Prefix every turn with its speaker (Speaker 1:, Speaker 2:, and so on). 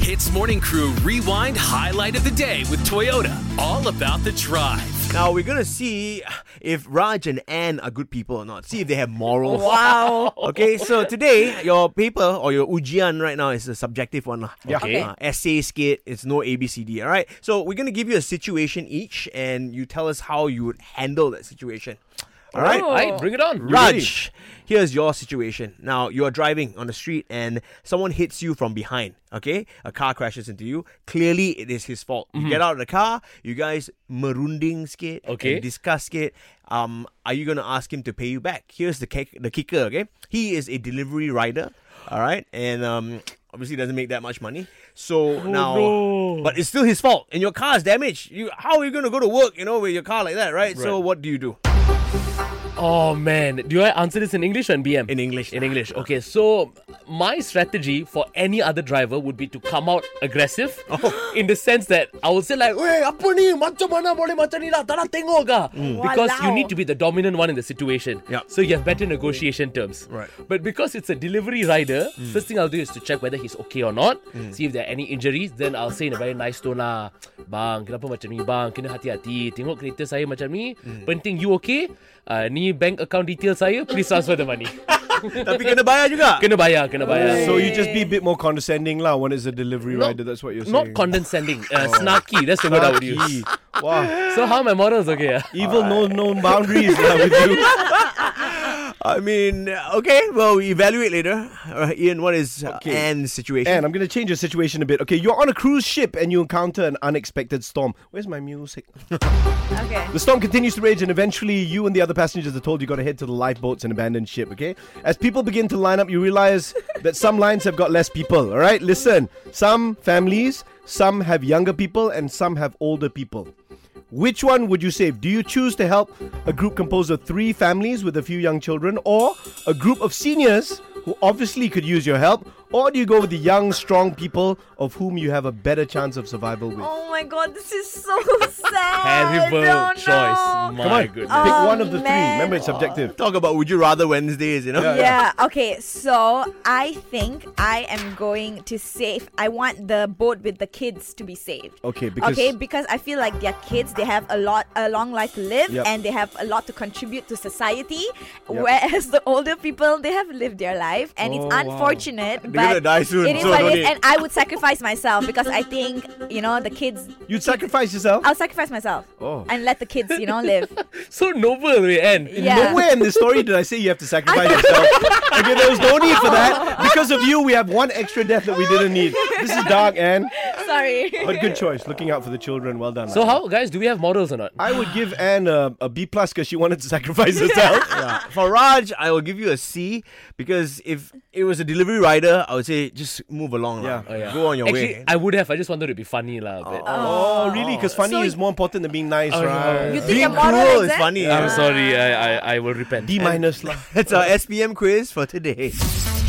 Speaker 1: Hits Morning Crew Rewind Highlight of the Day with Toyota. All about the drive.
Speaker 2: Now we're gonna see if Raj and Anne are good people or not. See if they have morals.
Speaker 3: Wow.
Speaker 2: Okay, so today your paper or your ujian right now is a subjective one. lah.
Speaker 4: Yeah.
Speaker 3: Okay.
Speaker 2: Uh, essay skit. It's no A B C D. All right. So we're gonna give you a situation each, and you tell us how you would handle that situation. All right.
Speaker 3: Oh.
Speaker 4: Right, bring it on. You ready?
Speaker 2: Raj, here's your situation. Now you are driving on the street and someone hits you from behind. Okay, a car crashes into you. Clearly, it is his fault. You get out of the car. You guys maroonding skate.
Speaker 4: Mm-hmm. Okay.
Speaker 2: and discuss it. Um, are you gonna ask him to pay you back? Here's the kick, the kicker. Okay, he is a delivery rider. All right, and um. Obviously doesn't make that much money, so
Speaker 4: Oh,
Speaker 2: now, but it's still his fault, and your car is damaged. You, how are you gonna go to work? You know, with your car like that, right? So
Speaker 4: Right.
Speaker 2: what do you do?
Speaker 4: Oh man, do I answer this in English or in BM?
Speaker 2: In English.
Speaker 4: In English. Okay, so my strategy for any other driver would be to come out aggressive
Speaker 2: Oh.
Speaker 4: in the sense that I would say like, "Hey, apa ni? Macam mana boleh macam ni lah? Tara tengok ah." Because you
Speaker 3: Walao.
Speaker 4: need to be the dominant one in the situation.
Speaker 2: Hmm. Yeah.
Speaker 4: So you have better negotiation terms.
Speaker 2: Right. Hmm.
Speaker 4: But because it's a delivery rider, first thing I'll do is to check whether he's okay or not. See if there are any injuries, then I'll say in a very nice tone lah, "Bang, kenapa macam ni bang? Kena hati-hati. Tengok kereta saya macam ni.
Speaker 2: Hmm.
Speaker 4: Penting you okay? Uh, ni bank account detail saya. Please transfer the money."
Speaker 2: Tapi kena bayar juga.
Speaker 4: Kena bayar, kena bayar.
Speaker 3: Hey.
Speaker 4: So
Speaker 3: So
Speaker 4: you
Speaker 3: you just be a
Speaker 5: bit more condescending lah when it's a delivery
Speaker 4: No,
Speaker 5: rider. That's what you're saying.
Speaker 4: not condescending, uh, snarky. That's the word I would use.
Speaker 5: wow.
Speaker 4: So how my models okay? ah?
Speaker 5: Evil knows no boundaries lah with you.
Speaker 2: I mean, okay, well, we evaluate later. Uh, Ian, what is uh,
Speaker 5: Okay.
Speaker 2: Anne's situation?
Speaker 5: And I'm going to change the situation a bit. Okay, you're on a cruise ship and you encounter an unexpected storm. Where's my music?
Speaker 3: Okay.
Speaker 5: The storm continues to rage, and eventually, you and the other passengers are told you got to head to the lifeboats and abandon ship, okay? As people begin to line up, you realize that some lines have got less people, all right? Listen, some families, some have younger people, and some have older people. Which one would you save? Do you choose to help a group composed of three families with a few young children, or a group of seniors who obviously could use your help, or do you go with the young, strong people of whom you have a better chance of survival with?
Speaker 3: Oh my god, this is so sad.
Speaker 4: Terrible
Speaker 3: I don't
Speaker 4: choice.
Speaker 3: know.
Speaker 4: Oh My
Speaker 5: Come on,
Speaker 4: goodness.
Speaker 5: pick one of the three.
Speaker 3: man.
Speaker 5: Remember, it's subjective.
Speaker 2: Talk about Would You Rather Wednesdays, you know?
Speaker 3: Yeah, okay, so I think I am going to save. I want the boat with the kids to be saved.
Speaker 5: Okay, because-
Speaker 3: Okay, because I feel like they're kids, they have a lot a long life to live
Speaker 5: Yep.
Speaker 3: and they have a lot to contribute to society. Whereas the older people, they have lived their life and
Speaker 5: Oh,
Speaker 3: it's unfortunate. But
Speaker 2: gonna die soon,
Speaker 3: It is
Speaker 2: so
Speaker 3: what
Speaker 2: don't
Speaker 3: it is,
Speaker 2: need.
Speaker 3: and I would sacrifice myself because I think, you know, the kids
Speaker 5: You'd sacrifice yourself?
Speaker 3: I'll sacrifice myself.
Speaker 5: Oh.
Speaker 3: And let the kids, you know, live.
Speaker 4: So noble, eh, Anne.
Speaker 3: yeah.
Speaker 5: Nowhere in the story did I say you have to sacrifice yourself. Okay, there was no need for that. Because of you, we have one extra death that we didn't need. This is dark, Anne.
Speaker 3: Sorry.
Speaker 2: Oh,
Speaker 5: But good choice. Looking out for the children. Well done.
Speaker 4: So how, guys? Do we have models or not?
Speaker 5: I would give Anne a, a B plus because she wanted to sacrifice herself.
Speaker 2: Yeah. For Raj, I will give you a C because if it was a delivery rider, I would say just move along. lah.
Speaker 5: Yeah. Oh,
Speaker 4: yeah.
Speaker 2: Go on your
Speaker 4: Actually,
Speaker 2: way.
Speaker 4: I would have. I just wanted to be funny, lah. a bit.
Speaker 5: Oh, really? Because funny
Speaker 3: So-
Speaker 5: is more important than being nice,
Speaker 4: Oh,
Speaker 5: right?
Speaker 3: You think
Speaker 2: Being
Speaker 3: your model
Speaker 2: cruel
Speaker 3: is
Speaker 2: is
Speaker 3: that?
Speaker 2: funny.
Speaker 4: I'm
Speaker 2: yeah.
Speaker 4: sorry. I, I I will repent.
Speaker 5: D minus lah.
Speaker 2: That's our SPM quiz for today.